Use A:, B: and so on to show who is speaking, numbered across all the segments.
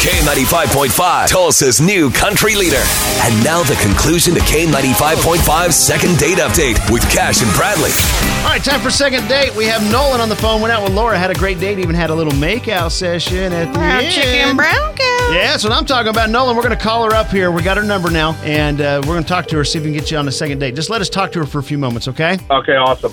A: K95.5, Tulsa's new country leader. And now the conclusion to K95.5's second date update with Cash and Bradley.
B: All right, time for second date. We have Nolan on the phone. Went out with Laura, had a great date, even had a little makeout session at the
C: Brown
B: end.
C: chicken, brown cow.
B: Yeah, that's what I'm talking about. Nolan, we're going to call her up here. We got her number now, and uh, we're going to talk to her, see if we can get you on a second date. Just let us talk to her for a few moments, okay?
D: Okay, awesome.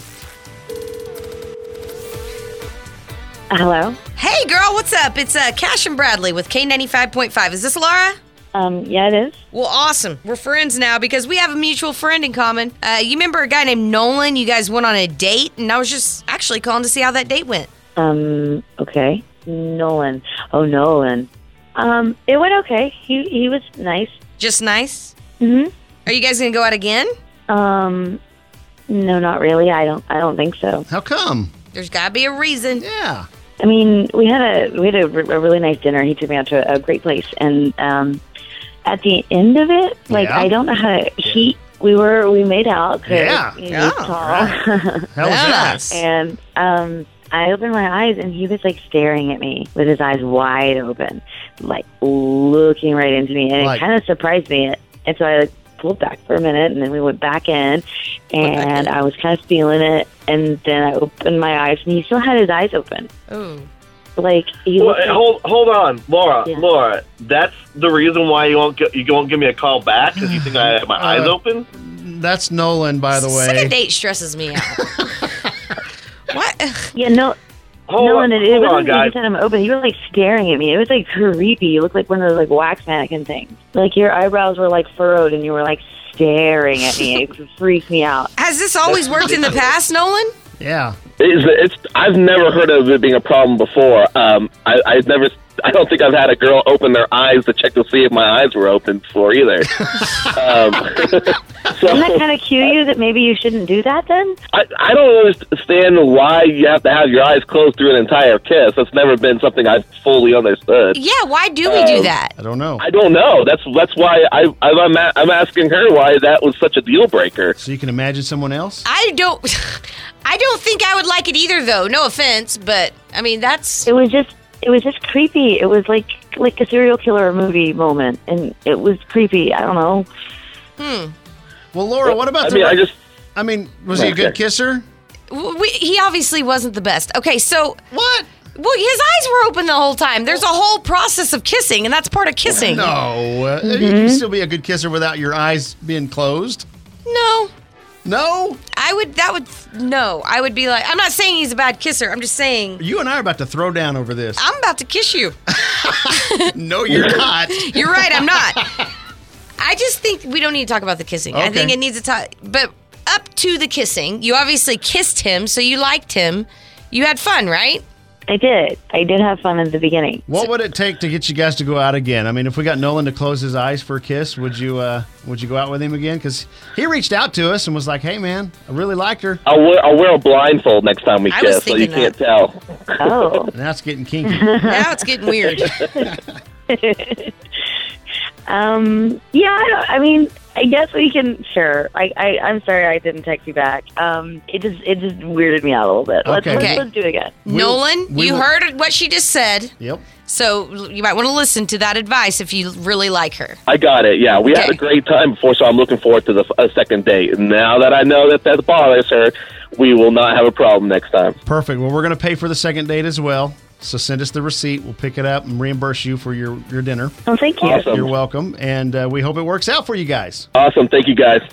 E: Hello.
C: Hey, girl, what's up? It's uh, Cash and Bradley with K95.5. Is this Laura?
E: Um, yeah, it is.
C: Well, awesome. We're friends now because we have a mutual friend in common. Uh, you remember a guy named Nolan? You guys went on a date, and I was just actually calling to see how that date went.
E: Um, okay. Nolan. Oh, Nolan. Um, it went okay. He he was nice.
C: Just nice?
E: Mhm.
C: Are you guys going to go out again?
E: Um, no, not really. I don't I don't think so.
B: How come?
C: There's got to be a reason.
B: Yeah.
E: I mean, we had a we had a, re- a really nice dinner. He took me out to a great place, and um, at the end of it, like
B: Yeah.
E: I don't know how to, he we were we made out. 'cause
B: Yeah.
E: He was
C: Yeah.
E: tall.
B: Hell
C: Yeah.
B: is that?
E: And um, I opened my eyes, and he was like staring at me with his eyes wide open, like looking right into me, and
B: Like-
E: it kind of surprised me. And so I like pulled back for a minute, and then we went back in, and I was kind of feeling it, and then I opened my eyes, and he still had his eyes open,
C: Ooh.
E: like he
D: Well,
E: looked. like-
D: hold hold on, Laura.
E: Yeah.
D: Laura, that's the reason why you won't gi- you won't give me a call back because you think I had my eyes
B: Uh,
D: open.
B: That's Nolan, by the
C: Second
B: way.
C: date stresses me out. what? Ugh.
E: yeah, no.
D: Hold
E: no,
D: on,
E: and it, it
D: hold
E: wasn't
D: on,
E: like he
D: guys.
E: just had him open. He was like staring at me. It was like creepy. You looked like one of those like wax mannequin things. Like your eyebrows were like furrowed, and you were like staring at me. It freaked me out.
C: Has this always worked in the past, Nolan?
B: Yeah.
F: It's, it's I've never heard of it being a problem before. Um, I, I've never. I don't think I've had a girl open their eyes to check to see if my eyes were open before either. um,
E: Doesn't that
F: so
E: kind of cue you that maybe you shouldn't do that then?
F: I, I don't understand why you have to have your eyes closed through an entire kiss. That's never been something I've fully understood.
C: Yeah, why do we
B: Uh,
C: do
F: Um,
C: that?
B: I don't know.
F: I don't know. That's that's why I, I I'm a, I'm asking her why that was such a deal breaker.
B: So you can imagine someone else?
C: I don't. I don't think I would like it either, though. No offense, but I mean that's
E: It was just it was just creepy. It was like like a serial killer movie moment, and it was creepy. I don't know.
B: Well, Laura, what about
F: I
B: the.
F: mean, I just
B: I mean, was he a good
F: Okay.
B: kisser?
C: w- we, he obviously wasn't the best. Okay, so
B: What?
C: well, his eyes were open the whole time. There's a whole process of kissing, and that's part of kissing.
B: No. Uh, You
C: Mm-hmm.
B: can still be a good kisser without your eyes being closed.
C: No,
B: No?
C: I would. That would no. I would be like, I'm not saying he's a bad kisser. I'm just saying
B: You and I are about to throw down over this.
C: I'm about to kiss you.
B: No, you're not.
C: You're right. I'm not. I just think we don't need to talk about the kissing. I
B: Okay.
C: think it needs to talk, but up to the kissing. You obviously kissed him, so you liked him. You had fun, right?
E: I did. I did have fun at the beginning.
B: What would it take to get you guys to go out again? I mean, if we got Nolan to close his eyes for a kiss, would you uh, would you go out with him again? Because he reached out to us and was like, "Hey, man, I really liked her."
F: I'll wear I'll wear a blindfold next time we
C: I was
F: kiss, so you
C: thinking
F: can't tell.
E: Oh,
B: Now it's getting kinky.
C: Now it's getting weird.
E: um, yeah. I, don't, I mean, I guess we can. Sure. I, I I'm sorry I didn't text you back. Um, it just it just weirded me out a little bit. Let's
B: Okay.
E: let's,
C: Okay.
E: let's do it again.
B: We-
C: Nolan,
B: we
C: you
B: will-
C: heard what she just said,
B: yep.
C: so l- you might want to listen to that advice if you really like her.
F: I got it. Yeah, we had
C: Okay.
F: a great time before, so I'm looking forward to the a second date. And now that I know that that bothers her, we will not have a problem next time.
B: Perfect. Well, we're gonna pay for the second date as well. So send us the receipt. We'll pick it up and reimburse you for your your dinner.
E: Oh, thank you.
F: Awesome.
B: You're welcome, and uh, we hope it works out for you guys.
F: Awesome. Thank you, guys.